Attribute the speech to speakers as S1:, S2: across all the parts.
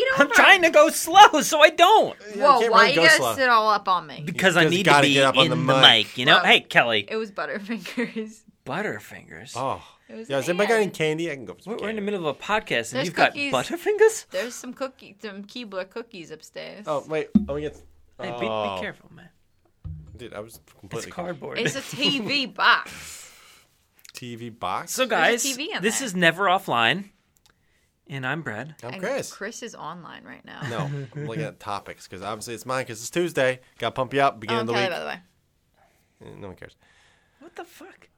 S1: to go slow, so I don't.
S2: Whoa,
S3: can't
S2: why
S3: really
S2: you
S3: go
S2: gotta
S3: slow.
S2: sit all up on me?
S1: Because I
S3: just
S1: need to
S3: gotta
S1: be
S3: get up on
S1: in
S3: the
S1: the mic.
S3: mic.
S1: you know.
S2: Well-
S1: hey, Kelly,
S2: It was Butterfingers.
S1: Butterfingers.
S3: Oh.
S2: It was
S3: Yeah, has anybody got
S2: bad.
S3: any candy? I can go. for some
S1: We're, we're in the
S3: candy.
S1: middle of a podcast, and
S2: There's
S1: you've
S2: cookies.
S1: got Butterfingers.
S2: There's some cookie, some Keebler cookies upstairs.
S3: Oh wait, let me get.
S1: Hey, be,
S3: Oh,
S1: be careful, man.
S3: Dude, I was
S1: It's
S3: completely
S1: cardboard.
S2: It's a TV box.
S3: TV box.
S1: so, guys,
S2: TV in
S1: this
S2: there.
S1: is never offline, and I'm Brad.
S3: I'm
S2: And
S3: Chris.
S2: Oh, Chris is online right now. Oh,
S3: No, I'm looking at topics because obviously it's mine because it's Tuesday. Got to pump you up.
S2: Oh,
S3: Beginning
S2: I'm
S3: of the
S2: Kelly,
S3: week.
S2: by the way.
S3: Eh, No one cares.
S1: What the fuck?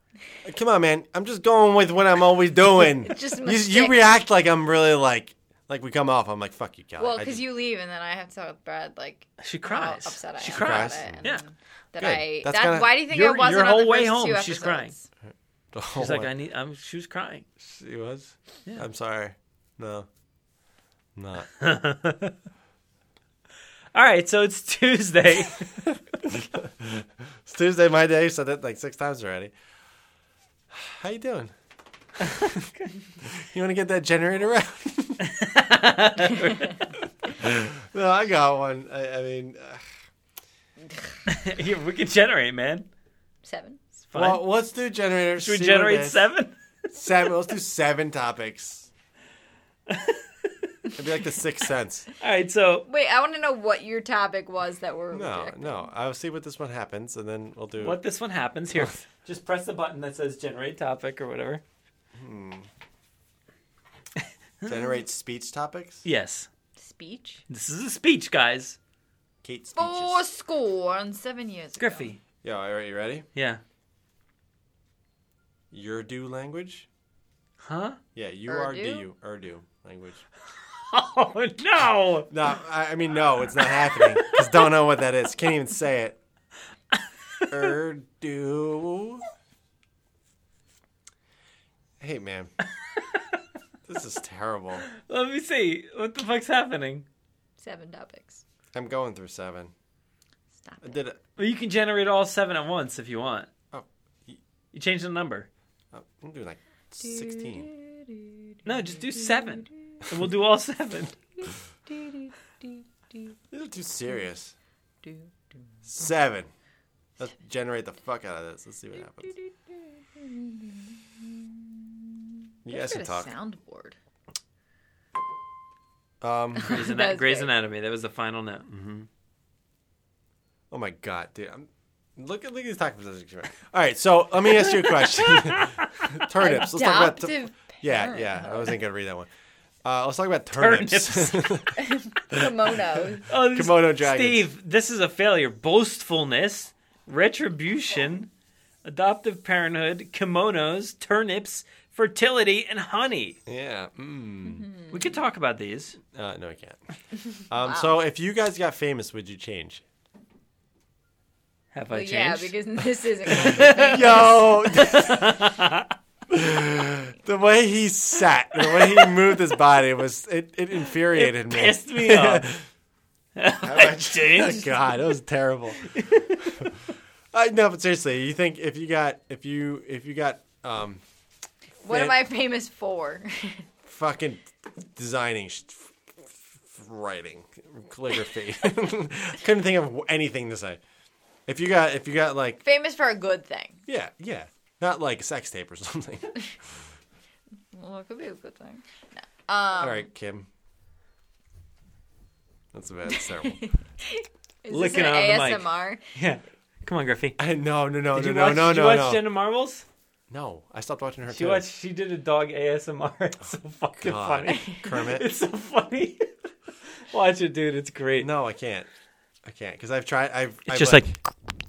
S3: Uh, Come on, man. I'm just going with what I'm always doing.
S2: Just
S3: you, you
S2: mistake.
S3: react like I'm really like like we come off. I'm like fuck you, Kelly.
S2: Well,
S3: I
S2: because
S3: just-
S2: you leave, and then I have to talk with Brad. Like,
S1: She
S2: how
S1: cries.
S2: Oh, upset I
S1: she
S2: am
S1: cries.
S2: About it, and
S1: Yeah.
S2: That
S3: Good.
S2: I.
S3: That's
S2: that,
S3: kinda-
S2: why do you think I
S1: Your-
S2: wasn't
S1: your
S2: on the
S1: whole way
S2: first
S1: home,
S2: two
S1: she's
S2: episodes?
S1: crying.
S3: Oh,
S1: She's like,
S3: my-
S1: I need. I'm. She was crying.
S3: she was.
S1: Yeah.
S3: I'm sorry. No, not.
S1: All right, so it's Tuesday.
S3: It's Tuesday, my day. Said that like six times already. How you doing? you want to get that generator out? no, I got one. I, I mean, uh,
S1: Here, we can generate, man.
S2: Seven.
S1: It's fine.
S3: well, let's do generators.
S1: Should we generate seven?
S3: Seven. Let's do seven topics. It'd be like the sixth sense.
S1: All right, so
S2: Wait, I want to know what your topic was that we're
S3: No,
S2: rejecting.
S3: no. I'll see what this one happens, and then we'll do.
S1: what this one happens here? Just press the button that says generate topic or whatever.
S3: generate speech topics?
S1: Yes,
S2: Speech.
S1: this is a speech, guys.
S3: Kate speeches.
S2: Four score and seven years ago.
S1: Griffey.
S3: Yo, are you ready?
S1: Yeah.
S3: Your do language.
S1: Huh?
S3: Yeah, you
S2: Urdu?
S3: are do you Urdu language.
S1: Oh no!
S3: No, I, I mean no, it's not happening. Just don't know what that is. Can't even say it. Urdu. Hey man, this is terrible.
S1: Let me see. What the fuck's happening?
S2: Seven topics.
S3: I'm going through seven.
S2: Stop
S3: I
S2: it.
S3: did it.
S1: Well, you can generate all seven at once if you want.
S3: Oh.
S1: You change the number.
S3: oh, I'm doing like sixteen.
S1: No, just do seven, and we'll do all seven.
S3: This is too serious. Seven. Let's generate the fuck out of this. Let's see what happens. You guys can
S2: Get a
S3: talk.
S2: soundboard.
S3: Um.
S1: Grey's, Ana-
S2: That was
S1: Grey's
S2: great.
S1: Anatomy. That was the final note.
S3: Oh my god, dude! I'm, look at look at these taco positions. All right, so let me ask you a question. turnips. Let's talk about tu-
S2: Adoptive
S3: yeah,
S2: parent.
S3: yeah. I wasn't gonna read that one. Uh, let's talk about turnips.
S2: Kimonos.
S1: Oh, this-
S3: Komodo dragons.
S1: Steve, this is a failure. Boastfulness, retribution, adoptive parenthood, kimonos, turnips, fertility, and honey.
S3: yeah. Mm.
S1: We could talk about these.
S3: Uh, no, I can't. Um, So if you guys got famous, would you change?
S1: Have I
S2: Well,
S1: changed?
S2: yeah, because this isn't. Gonna be famous.
S3: Yo. the way he sat, the way he moved his body was it, it infuriated me.
S1: pissed me off.
S3: Have I
S1: changed?
S3: Oh, God, it was terrible. I no, but seriously, you think if you got if you if you got um
S2: What am I famous for?
S3: fucking designing sh- f- f- writing calligraphy, couldn't think of anything to say. If you got if you got like
S2: famous for a good thing.
S3: yeah yeah not like a sex tape or something.
S1: Um.
S2: Well, it could be a good thing.
S3: All right, Kim. That's bad. That's terrible.
S2: Is
S1: Licking
S2: this
S1: out of the mic.
S2: an ASMR?
S1: yeah. Come on, Griffey.
S3: I, no, no, no,
S1: Did
S3: no,
S1: you watch,
S3: no, no,
S1: did you
S3: no,
S1: watch
S3: no.
S1: Jenna Marbles?
S3: no, I stopped watching her
S1: She
S3: too.
S1: watched. She did a dog ASMR. It's so fucking
S3: God.
S1: funny.
S3: Kermit.
S1: It's so funny. Watch it, dude. It's great.
S3: No, I can't. I can't because I've tried. I've. It's
S1: just like,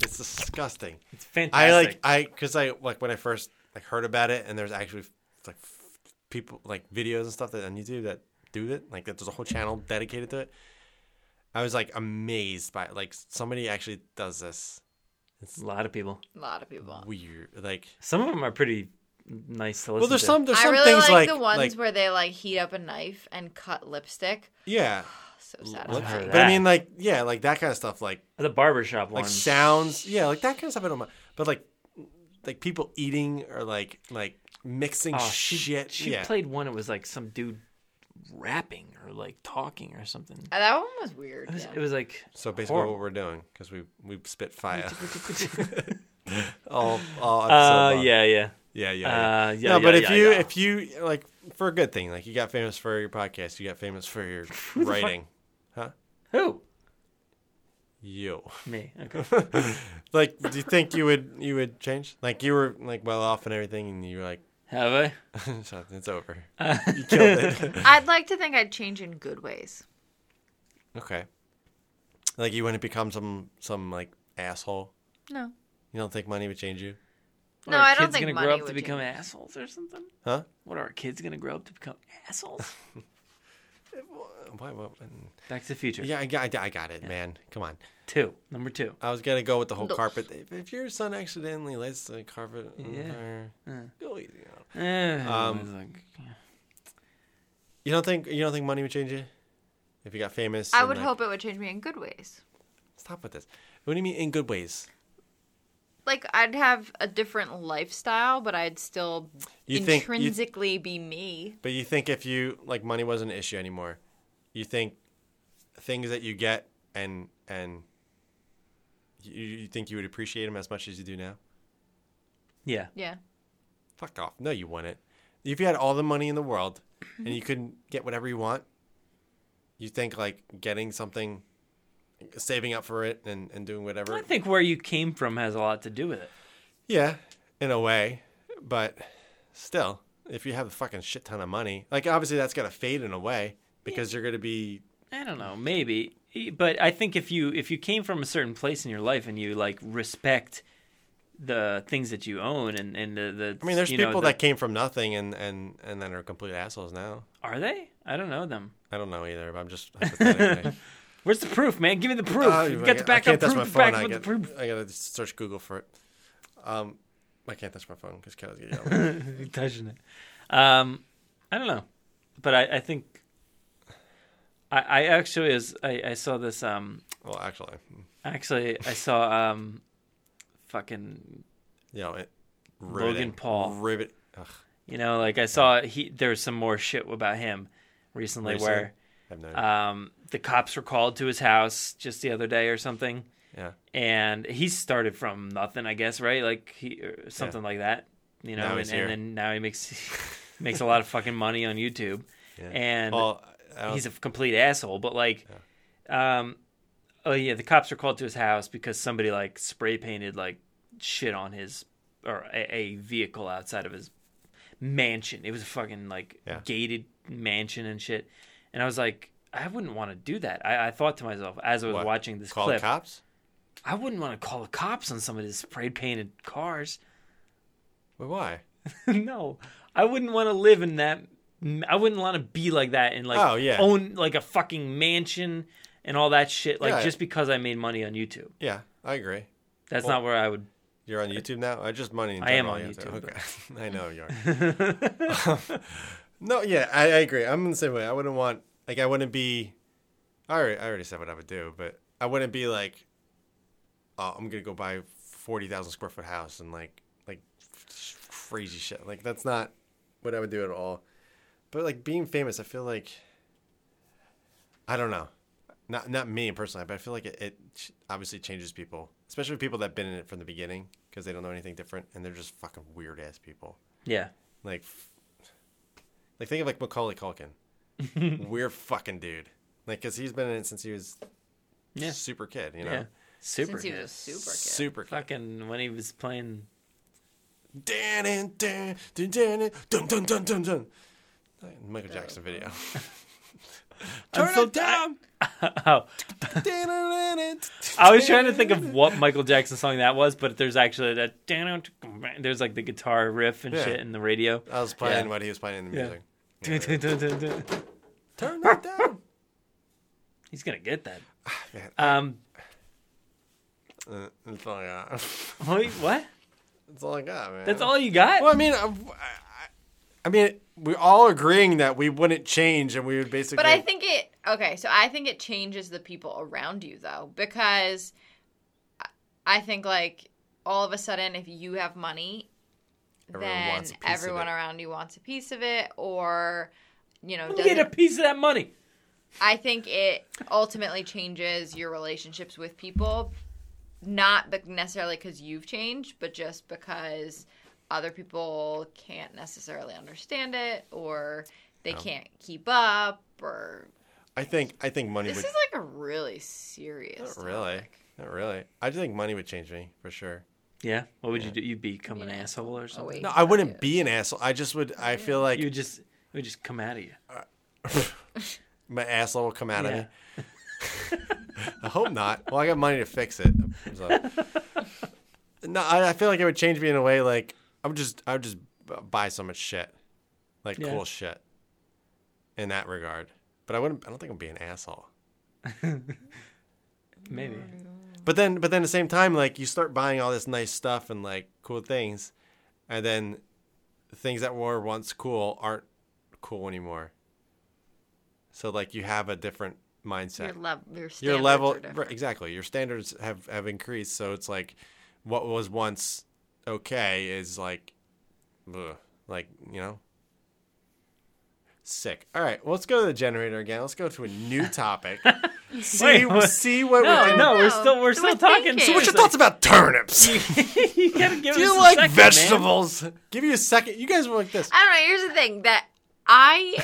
S3: it's disgusting.
S1: it's fantastic.
S3: I like I because I like when I first like heard about it and there's actually like people like videos and stuff that on YouTube that do it like that there's a whole channel dedicated to it. I was like amazed by it. like somebody actually does this
S1: a lot of people.
S2: A lot of people.
S3: weird like.
S1: Some of them are pretty nice to listen.
S3: Well, there's
S1: to.
S3: some there's
S2: I
S3: some
S2: really
S3: things
S2: like,
S3: like
S2: the ones
S3: like-
S2: where they like heat up a knife and cut lipstick.
S3: yeah,
S2: So
S1: I've heard
S2: satisfying.
S1: of
S3: but I
S1: that.
S3: mean like yeah like that kind of stuff like
S1: the barbershop
S3: like
S1: one.
S3: sounds yeah like that kind of stuff I don't mind but like like people eating or like like mixing
S1: Oh, she,
S3: shit
S1: She
S3: yeah.
S1: played one. It was like some dude rapping or like talking or something.
S2: Uh, That one was weird.
S1: It was,
S2: yeah.
S1: it was like
S3: So basically,
S1: Horrible.
S3: what we're doing because we we spit fire all all episode.
S1: uh,
S3: long.
S1: yeah, yeah.
S3: yeah, yeah, yeah.
S1: Uh, yeah,
S3: no, but
S1: yeah,
S3: if
S1: yeah,
S3: you
S1: yeah.
S3: if you like for a good thing, like you got famous for your podcast, you got famous for your writing,
S1: who
S3: you.
S1: me? Okay.
S3: Like, do you think you would you would change? Like you were like well off and everything, and you were like,
S1: Have I?
S3: "Shut- it's over.
S1: Uh,
S3: You killed it.
S2: I'd like to think I'd change in good ways.
S3: okay. Like you wouldn't become some some like asshole.
S2: No.
S3: You don't think money would change you?
S1: What,
S2: No,
S1: are
S2: I don't
S1: kids
S2: think
S1: gonna
S2: money
S1: grow up to
S2: would
S1: become
S2: change.
S1: assholes or something.
S3: Huh?
S1: What are our kids gonna grow up to become assholes?
S3: Why? What?
S1: Back to the Future.
S3: Yeah, I got, I got it, man. Come on.
S1: Two. Number two.
S3: I was gonna go with the whole
S2: No.
S3: carpet. If, if your son accidentally lights the carpet on
S1: Yeah.
S3: fire,
S1: Uh.
S3: go easy. on him.
S1: Um,
S3: You don't think you don't think money would change you if you got famous?
S2: I
S3: and,
S2: would
S3: like-
S2: hope it would change me in good ways.
S3: Stop with this. What do you mean in good ways?
S2: Like I'd have a different lifestyle, but I'd still
S3: You think you,
S2: intrinsically be me.
S3: but you think if you like money wasn't an issue anymore, you think things that you get and and you, you think you would appreciate them as much as you do now?
S1: yeah.
S2: Yeah.
S3: Fuck off. No, you wouldn't. If you had all the money in the world and
S1: Mm-hmm.
S3: you couldn't get whatever you want, you think like getting something, saving up for it and, and doing whatever.
S1: I think where you came from has a lot to do with it.
S3: yeah, in a way. But still, if you have a fucking shit ton of money, like obviously that's going to fade in a way because you're going to be.
S1: I don't know, maybe. E, But I think if you if you came from a certain place in your life and you like respect the things that you own and and the, the
S3: I mean, there's
S1: you know,
S3: people
S1: the-
S3: that came from nothing and, and, and then are complete assholes now.
S1: are they? I don't know them.
S3: I don't know either, but I'm just. hypothetically.
S1: Where's the proof, man? Give me the proof.
S3: Oh,
S1: You've
S3: I
S1: got the
S3: can't- I
S1: backup
S3: can't touch
S1: proof.
S3: my
S1: the
S3: phone.
S1: backup
S3: I
S1: with the
S3: get-
S1: proof.
S3: I gotta search Google for it. Um, I can't touch my phone because Kelly's gonna yell. at me.
S1: You're touching it. Um, I don't know, but I, I think I, I actually is I, I saw this um
S3: well, actually,
S1: actually I saw um fucking
S3: you know, it,
S1: Logan
S3: riveting.
S1: Paul.
S3: Rivet. Ugh,
S1: you know like I saw he there was some more shit about him recently,
S3: Recently?
S1: where
S3: I have no.
S1: um the cops were called to his house just the other day or something
S3: yeah.
S1: and he started from nothing I guess right like he or something like that you know
S3: Now
S1: and,
S3: he's
S1: and
S3: here.
S1: then now he makes makes a lot of fucking money on YouTube
S3: Yeah.
S1: and
S3: Well, I don't,
S1: he's a complete asshole. But like, um, oh yeah, the cops are called to his house because somebody like spray painted like shit on his or a, a vehicle outside of his mansion. It was a fucking like
S3: Yeah.
S1: gated mansion and shit. And I was like, I wouldn't want to do that. I, I thought to myself as I was
S3: What?
S1: watching this
S3: call
S1: clip,
S3: the cops.
S1: I wouldn't want to call the cops on somebody's spray painted cars.
S3: Wait, why?
S1: no, I wouldn't want to live in that. I wouldn't want to be like that and like
S3: Oh, yeah.
S1: own like a fucking mansion and all that shit. Like
S3: Yeah.
S1: just because I made money on YouTube,
S3: Yeah, I agree.
S1: that's
S3: Well-
S1: not where I would.
S3: You're on YouTube now. I just money. In
S1: I am
S3: general,
S1: on
S3: you have to-
S1: YouTube,
S3: Okay, I know you are. no, yeah, I, I agree. I'm the same way. I wouldn't want like I wouldn't be. I already, I already said what I would do, but I wouldn't be like, oh, I'm gonna go buy a forty thousand square foot house and like like crazy shit. Like that's not what I would do at all. But like being famous, I feel like I don't know. Not not me personally, but I feel like it, it ch- obviously changes people, especially people that've been in it from the beginning because they don't know anything different and they're just fucking weird ass people.
S1: Yeah,
S3: Like, f- like think of like Macaulay Culkin, weird fucking dude. Like, cause he's been in it since he was
S1: Yeah.
S3: super kid, you know,
S1: yeah, super.
S2: Since he
S1: kid.
S2: was a super kid.
S3: super kid.
S1: fucking when he was playing.
S3: Dan and dan dun dan and dun dun dun dun dun. Michael Jackson video.
S1: Oh, I'm
S3: Turn
S1: so-
S3: it down.
S1: Oh, I
S3: I
S1: was trying to think of what Michael Jackson song that was, but there's actually that there's like the guitar riff and
S3: Yeah.
S1: shit in the radio.
S3: I was playing
S1: Yeah.
S3: what he was playing in the
S1: Yeah.
S3: music.
S1: He's
S3: Turn it down.
S1: gonna get that.
S3: Ah, man.
S1: Um,
S3: Uh, That's all I got. That's
S1: wait, what?
S3: all I got, man.
S1: That's all you got?
S3: Well, I mean, I, I, I mean, we're all agreeing that we wouldn't change, and we would basically.
S2: But I think it okay, so I think it changes the people around you though because I- I think like all of a sudden if you have money
S3: Everyone
S2: then
S3: wants a piece of
S2: everyone
S3: it.
S2: around you wants a piece of it or you know,
S1: Get a
S2: doesn't.
S1: piece of that money.
S2: I think it ultimately changes your relationships with people, not be- necessarily because you've changed, but just because other people can't necessarily understand it or they can't keep up or
S3: I think I think money
S2: this
S3: would
S2: is like a really serious
S3: not really,
S2: topic.
S3: not really. I just think money would change me for sure.
S1: Yeah. What would you do? You'd become an
S2: Yeah.
S1: asshole or
S2: Oh,
S1: something.
S2: wait.
S3: No, I wouldn't be an asshole. I just would. I feel like
S1: You would just it would just come out of you.
S3: my asshole will come out of
S1: Yeah.
S3: me. I hope not. Well, I got money to fix it. So. No, I, I feel like it would change me in a way. Like I would just, I would just b- buy so much shit, like
S1: Yeah.
S3: cool shit, in that regard. But I wouldn't. I don't think I'd be an asshole.
S1: Maybe.
S2: Mm.
S3: But then, but then at the same time, like you start buying all this nice stuff and like cool things, and then things that were once cool aren't cool anymore. So like you have a different
S2: Your,
S3: mindset.
S2: lev- your,
S3: your
S2: standards
S3: level
S2: are different.
S3: right, exactly your standards have have increased so it's like what was once okay is like ugh, like you know sick all right well, let's go to the generator again let's go to a new topic see
S1: Wait, what?
S3: see what we
S1: No,
S3: can
S1: no,
S2: no,
S1: we're still we're
S2: we're
S1: still talking.
S2: thinking.
S3: so what's
S1: seriously.
S3: your thoughts about turnips
S1: you gotta give
S3: do
S1: us a
S3: you like
S1: second, man.
S3: vegetables give you a second you guys were like this
S2: I don't know. Here's the thing that I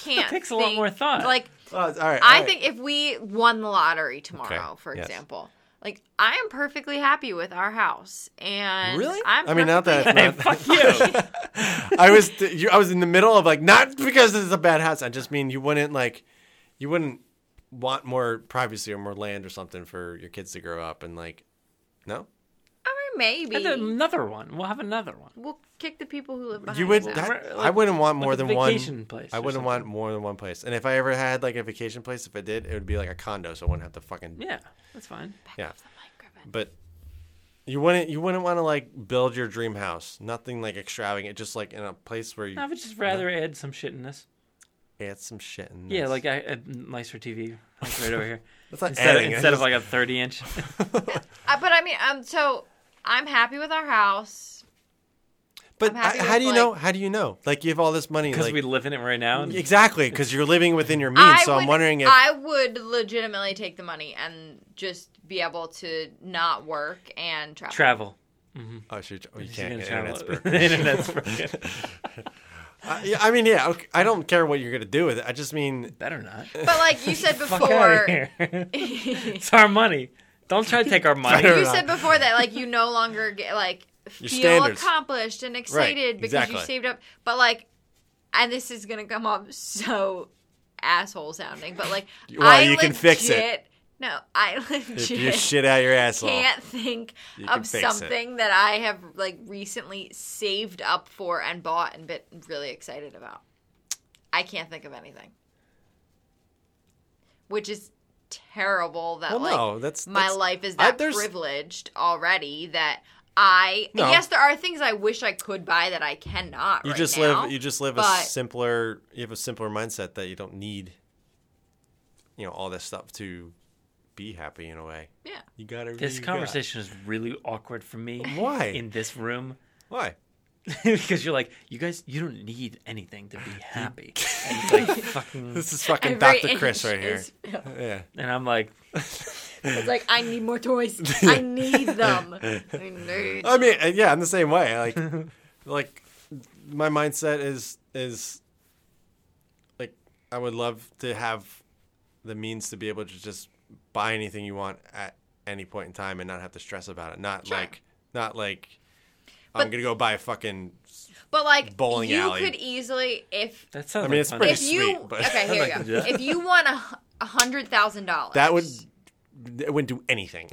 S2: can't.
S1: Takes a
S2: think,
S1: lot more thought.
S2: Like
S3: Oh, all right all
S2: I
S3: right.
S2: think if we won the lottery tomorrow,
S3: Okay,
S2: for
S3: yes.
S2: example, like I am perfectly happy with our house, and
S3: Really?
S2: I'm
S3: I mean, not that-
S2: perfectly-
S1: Hey, fuck you.
S3: I was you, I was in the middle of like not because this is a bad house. I just mean you wouldn't like you wouldn't want more privacy or more land or something for your kids to grow up and like no
S2: I mean, maybe
S1: And then another one. We'll have another one.
S2: we'll kick the people who live behind.
S3: you would
S2: us
S1: that-
S2: out.
S1: Like-
S3: I wouldn't want more
S1: like a
S3: than one
S1: vacation place
S3: I
S1: or
S3: wouldn't
S1: something.
S3: want more than one place. And if I ever had like a vacation place, if I did, it would be like a condo, so I wouldn't have to fucking
S1: Yeah, that's fine.
S3: yeah.
S2: The microphone.
S3: But you wouldn't you wouldn't want to like build your dream house. Nothing like extravagant, just like in a place where you
S1: I would just rather add some shit in this.
S3: add some shit. In
S1: Yeah,
S3: this.
S1: like I, a nicer TV like right over here
S3: That's not
S1: instead, of,
S3: adding, I
S1: instead of
S3: just-
S1: like a thirty inch.
S2: Uh, but I mean, um, so I'm happy with our house.
S3: But
S2: I'm happy
S3: I- how
S2: with,
S3: do you know?
S2: like-
S3: How do you know? Like you have all this money.
S1: Because
S3: Like,
S1: we live in it right now. and-
S3: exactly, because you're living within your means. so
S2: would,
S3: I'm wondering if
S2: I would legitimately take the money and just be able to not work and travel.
S1: travel.
S3: oh, shoot, oh, you
S1: She's
S3: can't
S1: gonna
S3: get internet's
S1: travel.
S3: broken.
S1: Internet's broken.
S3: I, yeah, I mean, yeah, okay, I don't care what you're gonna do with it. I just mean,
S1: Better not.
S2: But like you said
S1: Fuck out
S2: before,
S1: here. it's our money. Don't try to take our money.
S3: Better
S2: you
S3: not.
S2: said before that like you no longer get like
S3: Your
S2: feel
S3: standards.
S2: accomplished and excited because
S3: exactly.
S2: you saved up. But like, and this is gonna come off so asshole sounding, but like,
S3: Well,
S2: I
S3: you can fix it.
S2: legit- No, I
S3: if
S2: legit
S3: you shit out your asshole.
S2: can't think
S3: You can
S2: of
S3: fix it.
S2: something that I have like recently saved up for and bought and been really excited about. I can't think of anything, which is terrible. That
S3: Well,
S2: uh, like
S3: no, that's
S2: my
S3: that's-
S2: life is
S3: I-
S2: that
S3: there's-
S2: privileged already that I
S3: No.
S2: yes, there are things I wish I could buy that I cannot.
S3: You
S2: right
S3: just
S2: now,
S3: live. You just live a
S2: but-
S3: simpler. You have a simpler mindset that you don't need. You know all this stuff to be happy in a way.
S2: yeah.
S3: You got everything.
S1: This
S3: you got.
S1: conversation is really awkward for me.
S3: Why?
S1: In this room.
S3: Why?
S1: because you're like, you guys, you don't need anything to be happy. And, it's like, fucking,
S3: This is fucking
S2: Every
S3: Dr. Chris
S2: inch
S3: right here.
S2: is-
S3: Yeah.
S1: and I'm like,
S2: It's like I need more toys. I need them. I need.
S3: I mean, uh, yeah, I'm the same way. Like, like my mindset is is like I would love to have the means to be able to just buy anything you want at any point in time and not have to stress about it. Not
S2: Sure.
S3: like, not like I'm
S2: But-
S3: gonna go buy a fucking.
S2: But like
S3: Bowling
S2: you
S3: alley.
S2: could easily if
S1: that sounds
S3: I mean,
S1: like
S3: it's
S1: fun.
S3: pretty-
S2: if you
S3: sweet, but
S2: okay here you
S3: I'd like to
S2: go
S1: do that.
S2: if you want a hu- a hundred thousand dollars
S3: That would. It wouldn't do anything.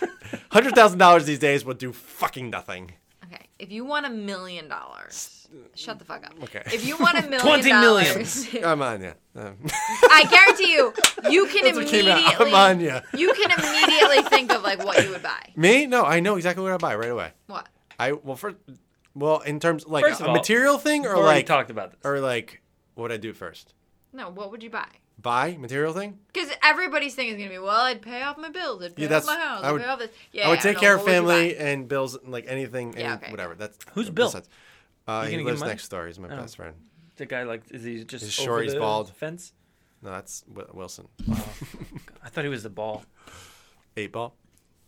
S3: Hundred thousand dollars these days would do fucking nothing.
S2: okay if you want a million dollars shut the fuck up
S3: Okay.
S2: if you want a million
S1: 20 million.
S2: dollars
S3: I'm on you. Um,
S2: I guarantee you you can
S3: That's what came
S2: immediately
S3: out. I'm on you.
S2: you can immediately think of like what you would buy
S3: Me? No, I know exactly what I buy right away.
S2: what
S3: I well first well in terms like
S1: First
S3: a
S1: of all,
S3: material thing
S1: We've
S3: or
S1: already
S3: like
S1: talked about this.
S3: or like what I do first
S2: no what would you buy
S3: buy material thing
S2: because everybody's thing is gonna be well I'd pay off my bills I'd pay
S3: Yeah,
S2: off
S3: that's-
S2: my house
S3: I
S2: I'd
S3: would-
S2: pay off this yeah
S3: I would
S2: yeah,
S3: take
S2: no,
S3: care of
S2: what would you
S3: family
S2: buy?
S3: and bills and like anything
S2: Yeah,
S3: and
S2: okay,
S3: whatever that's
S1: Who's
S3: that
S1: Bill?
S3: makes sense. uh,
S1: You
S3: he
S1: gonna give him
S3: lives
S1: money? Oh.
S3: next door he's my best friend
S1: The guy like is he just
S3: He's
S1: over
S3: short, he's
S1: the
S3: bald.
S1: Fence.
S3: No, that's Wi- Wilson.
S1: I thought he was the ball.
S3: Eight ball.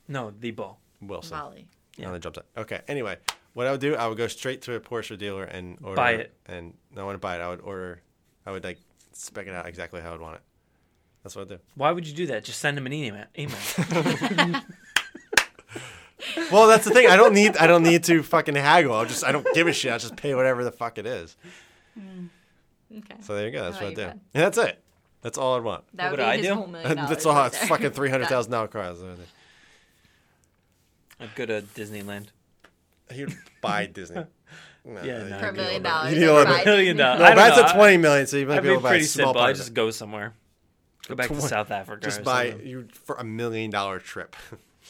S1: No, the ball.
S3: Wilson.
S2: Molly.
S1: Yeah.
S3: On the jump set. Okay. Anyway, what I would do, I would go straight to a Porsche dealer and order
S1: Buy it.
S3: And no, I wouldn't buy it. I would order. I would like spec it out exactly how I'd want it. That's what I'd
S1: Why would you do that? Just send him an email. Email.
S3: do. Well, that's the thing. I don't need. I don't need to fucking haggle. I'll just. I don't give a shit. I'll just pay whatever the fuck it is.
S2: Okay.
S3: So there you go. That's
S2: I
S3: what
S2: like
S3: I'd do.
S2: that.
S3: And that's it. That's all I'd want.
S1: What
S2: that would
S1: would
S2: be
S1: I
S2: his
S1: do?
S2: whole million dollars.
S3: That's all.
S2: right
S3: It's
S2: there.
S3: fucking three hundred thousand dollar cars.
S1: I'd go to Disneyland.
S3: He'd buy Disney. No,
S1: Yeah, no.
S3: you need
S1: For a
S3: little
S2: million
S3: bit-
S2: dollars,
S3: You need a little
S2: I'd
S3: bit.
S2: buy-
S1: Million dollars.
S3: No,
S1: I don't
S3: that's
S1: know.
S3: a twenty million. So you might
S1: I'd
S3: be able
S1: be
S3: to buy a
S1: pretty
S3: small
S1: simple.
S3: part
S1: I
S3: of it.
S1: just go somewhere. Go back to
S3: Twen-
S1: South Africa.
S3: just
S1: or
S3: buy
S1: something.
S3: you for a million dollar trip.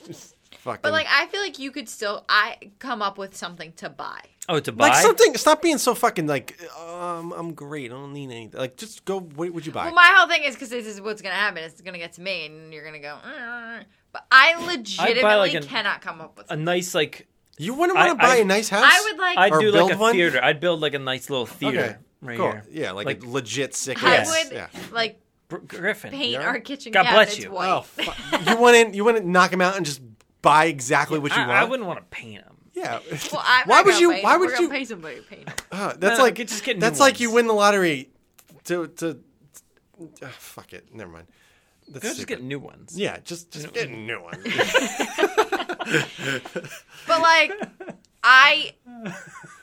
S3: Just fucking,
S2: But like, I feel like you could still I come up with something to buy.
S1: Oh, to buy.
S3: like something. Stop being so fucking like. Um, I'm great. I don't need anything. Like, just go. What would you buy?
S2: Well, my whole thing is because this is what's gonna happen. It's gonna get to me, and you're gonna go. "Mm." But I legitimately
S1: an-
S2: cannot come up with.
S1: a
S2: Something.
S1: nice like.
S3: you wouldn't want
S1: I-
S3: to buy
S1: I-
S3: a nice house.
S2: I would like.
S1: I'd
S3: Or
S1: do like a
S3: build one?
S1: theater. I'd build like a nice little theater
S3: Okay,
S1: right
S3: cool.
S1: here.
S3: Yeah, like,
S1: Like-
S3: a legit sick.
S2: I
S3: house.
S2: would
S3: Yeah.
S2: like
S1: Br- Griffin.
S2: paint
S3: Yeah.
S2: our kitchen
S1: God bless
S2: cabinets
S1: you.
S2: white.
S3: Oh, fu- you wouldn't. You wouldn't knock him out and just buy exactly what you
S1: I,
S3: want.
S1: I wouldn't want to paint him.
S3: Yeah.
S2: Well, I'm
S3: why
S2: not
S3: would
S2: gonna
S3: you?
S2: Pay,
S3: Why
S2: we're
S3: would
S2: gonna
S3: you?
S2: Pay somebody to paint. it.
S3: Uh, that's
S1: No,
S3: like
S1: get- just get new
S3: that's like
S1: ones.
S3: you win the lottery to to ah, fuck it never mind that's
S1: Go just
S3: stupid.
S1: get new ones.
S3: yeah just just get a new one
S2: But like, I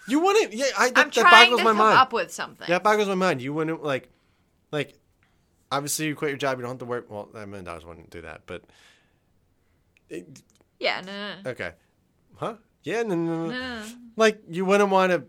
S3: you wouldn't yeah I, that,
S2: I'm trying
S3: that
S2: to
S3: boggles my
S2: come
S3: mind
S2: up with something.
S3: that boggles my mind you wouldn't like like obviously you quit your job you don't have to work well a million dollars wouldn't do that but it,
S2: Yeah, no, no, no.
S3: okay huh yeah no, no, no.
S2: no, no.
S3: like you wouldn't want to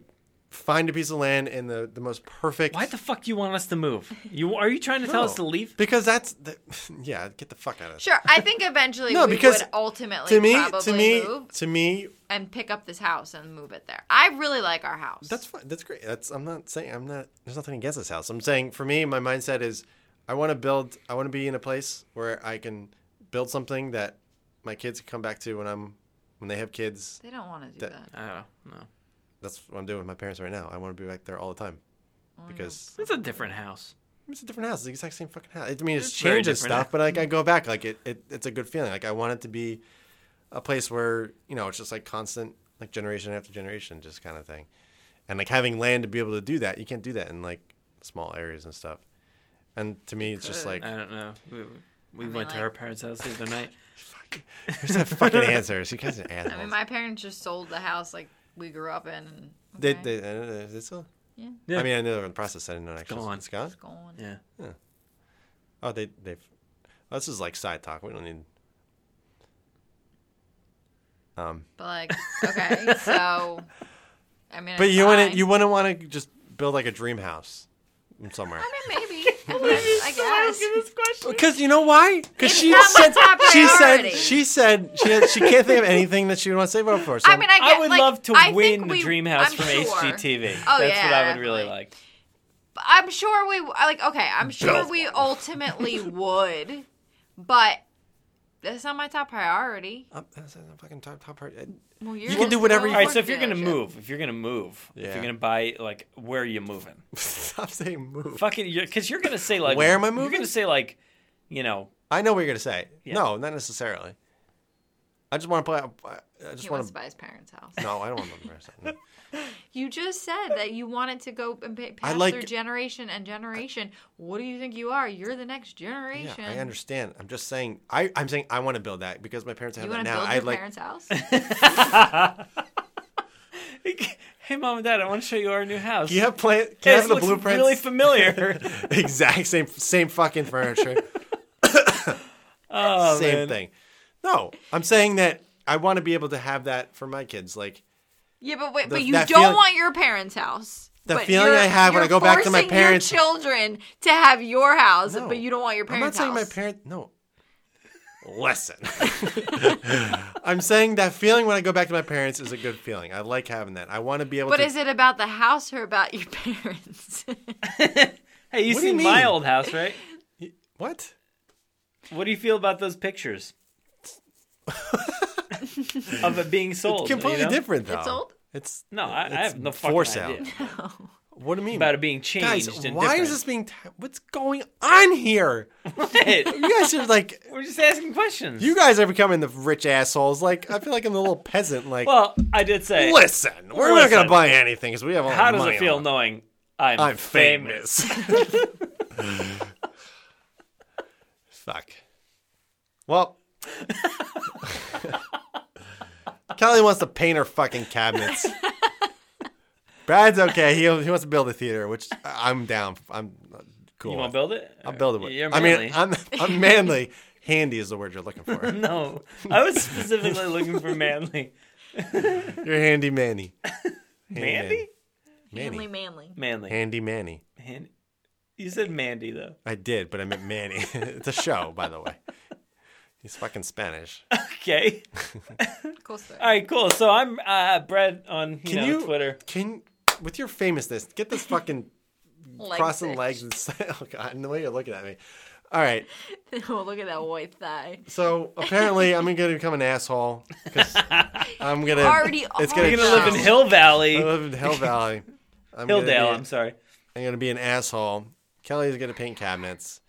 S3: find a piece of land in the the most perfect
S1: Why the fuck do you want us to move? You are you trying to tell us to
S3: No.
S1: leave?
S3: because that's the, yeah get the fuck out of it.
S2: Sure, I think eventually
S3: No,
S2: we
S3: because
S2: would ultimately
S3: to me,
S2: probably
S3: to me,
S2: move
S3: to me,
S2: and pick up this house and move it there. I really like our house.
S3: that's fine. That's great. That's I'm not saying I'm not. There's nothing against this house. I'm saying for me, my mindset is, I want to build. I want to be in a place where I can build something that my kids can come back to when I'm when they have kids.
S2: they don't want to do
S3: That-
S2: that.
S1: I don't know. No,
S3: That's what I'm doing with my parents right now. I want to be back there all the time
S2: Mm.
S3: because
S1: it's a different house.
S3: it's a different house. It's the exact same fucking house. I mean, it's
S1: It's very
S3: changes
S1: different.
S3: stuff, but like I go back, like it, it, it's a good feeling. Like I want it to be a place where you know it's just like constant, like generation after generation, just kind of thing. And like having land to be able to do that, you can't do that in like small areas and stuff. And to me, it's just like
S1: I don't know. We, we
S2: mean,
S1: went to
S2: like-
S1: her parents' house the other night.
S3: there's that fucking answers. You guys are
S2: I mean,
S3: assholes.
S2: my parents just sold the house like we grew up in. and-
S3: They,
S2: okay,
S3: they, uh, is it still?
S2: Yeah.
S1: Yeah.
S3: I mean, I know they're in the process. I didn't know actually.
S1: gone.
S3: It's gone.
S2: it's gone.
S1: Yeah.
S3: Oh, they they've. Oh, this is like side talk. We don't need. Um.
S2: But like, okay, so I mean,
S3: But
S2: it's
S3: you wouldn't
S2: fine.
S3: you wouldn't want to just build like a dream house somewhere.
S2: I mean, maybe. I guess. I guess.
S3: Because you know why? Because
S2: It's
S3: she
S2: not my
S3: said
S2: top
S3: she said
S2: priority.
S3: she said she had, she can't think of anything that she would want to save up for. So
S2: I mean, I, get,
S1: I would
S2: like,
S1: love to
S2: I
S1: win
S2: think
S1: the
S2: we-
S1: dream house
S2: I'm
S1: from
S2: sure.
S1: HGTV.
S2: Oh,
S1: That's what I
S2: yeah,
S1: would really
S2: like-
S1: like.
S2: I'm sure we like okay, I'm sure we ultimately would, but that's not my top priority.
S3: I'm- that's not fucking top, top part.
S2: Well,
S3: You can do whatever you
S1: All
S3: Ford
S1: right, so if you're gonna
S2: dealership.
S1: move, if you're gonna move, if
S3: Yeah.
S1: you're gonna buy, like, where are you moving?
S3: Stop saying move.
S1: Fucking, because you're gonna say like,
S3: Where am I
S1: You're
S3: moving?
S1: gonna say like, you know,
S3: I know what you're gonna say.
S1: Yeah.
S3: No, not necessarily. I just want to play. I- I
S2: he wants
S3: just want
S2: to
S3: to.
S2: buy his parents' house.
S3: No, I don't want to. embarrass that. No.
S2: You just said that you wanted to go and pay, pass
S3: like-
S2: through generation and generation. what do you think you are? You're the next
S3: Yeah,
S2: generation.
S3: I understand. I'm just saying. I I'm saying I want to build that because my parents have
S2: You
S3: that
S2: want to
S3: now.
S2: build
S3: I
S2: your
S3: like.
S2: parents' house?
S1: hey mom and dad, I want to show you our new house.
S3: Do you have plan? Can
S1: Hey,
S3: you
S1: this
S3: have the
S1: looks
S3: blueprints?
S1: Really familiar.
S3: exact same same fucking furniture
S1: Oh,
S3: same
S1: man.
S3: thing no i'm saying that i want to be able to have that for my kids like
S2: yeah, but wait,
S3: The-
S2: but you don't
S3: that feeling-
S2: want your parents' house.
S3: The
S2: But
S3: feeling
S2: you're-
S3: I have when I
S2: you're
S3: go back to my
S2: forcing your
S3: parents-
S2: children to have your house,
S3: No.
S2: but you don't want your
S3: i'm not
S2: parents'
S3: saying my
S2: house.
S3: parents no listen i'm saying that feeling when i go back to my parents is a good feeling i like having that i want to be able
S2: But
S3: to
S2: is it about the house or about your parents?
S1: Hey, you
S3: What do you
S1: seen my
S3: mean?
S1: old house, right?
S3: what
S1: What do you feel about those pictures of it being sold?
S3: completely
S1: you know?
S3: different though
S2: It's old?
S3: it's
S1: No, I, I
S3: it's
S1: have no
S3: for
S1: fucking
S3: sale.
S1: idea.
S3: What do you mean?
S1: about it being changed.
S3: Guys,
S1: and
S3: why is this
S1: different.
S3: being? ta- What's going on here? You guys are like,
S1: We're just asking questions.
S3: you guys are becoming the rich assholes. Like, I feel like I'm the little peasant. Like,
S1: well, I did say.
S3: listen, we're not
S1: Listen.
S3: gonna buy anything because we have all
S1: how
S3: our
S1: does
S3: money
S1: it feel
S3: on
S1: knowing I'm,
S3: I'm
S1: famous?
S3: famous. Fuck. Well, Kelly wants to paint her fucking cabinets. Brad's okay. He he wants to build a theater, which I'm down. I'm cool.
S1: You want to build it?
S3: I'll build it. With.
S1: You're
S3: I
S1: manly.
S3: mean, I'm I'm manly. Handy is the word you're looking for.
S1: No, I was specifically looking for manly.
S3: You're handy Manny.
S1: Mandy?
S2: Manly,
S3: Manny.
S2: manly.
S1: Manly.
S3: Handy Manny.
S1: Man- you said Mandy, though.
S3: I did, but I meant Manny. it's a show, by the way. He's fucking Spanish.
S1: Okay.
S2: Cool story.
S1: All right, cool. So I'm uh, Brett on you
S3: Can
S1: know,
S3: you-
S1: Twitter.
S3: Can with your famousness, get this fucking
S2: Leg
S3: crossing
S2: sick.
S3: legs and say, oh god, and the way you're looking at me. All right,
S2: oh, look at that white thigh.
S3: so apparently I'm gonna become an asshole because I'm gonna
S2: Already
S3: it's
S2: are.
S3: gonna,
S1: You're going to live in
S3: change.
S1: Hill Valley.
S3: I live in Hill Valley. I'm gonna
S1: Hilldale,
S3: be-
S1: I'm sorry.
S3: I'm gonna be an asshole. Kelly's gonna paint cabinets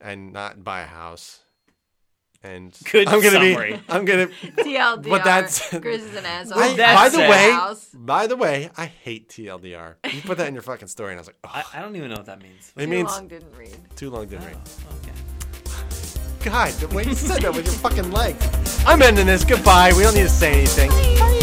S3: and not buy a house. And
S1: Good
S3: I'm gonna
S1: summary.
S3: be. I'm gonna.
S2: TLDR.
S3: But that's-
S2: Grizz is an asshole.
S3: I,
S1: that
S3: by the
S1: said-
S3: way,
S2: House.
S3: by the way, I hate TLDR. You put that in your fucking story, and I was like, oh,
S1: I, I don't even know what that means.
S3: it
S2: Too
S3: means
S2: long didn't read.
S3: too long didn't read.
S1: Okay.
S3: God, the way you said that with your fucking legs. I'm ending this. Goodbye. We don't need to say anything. Bye.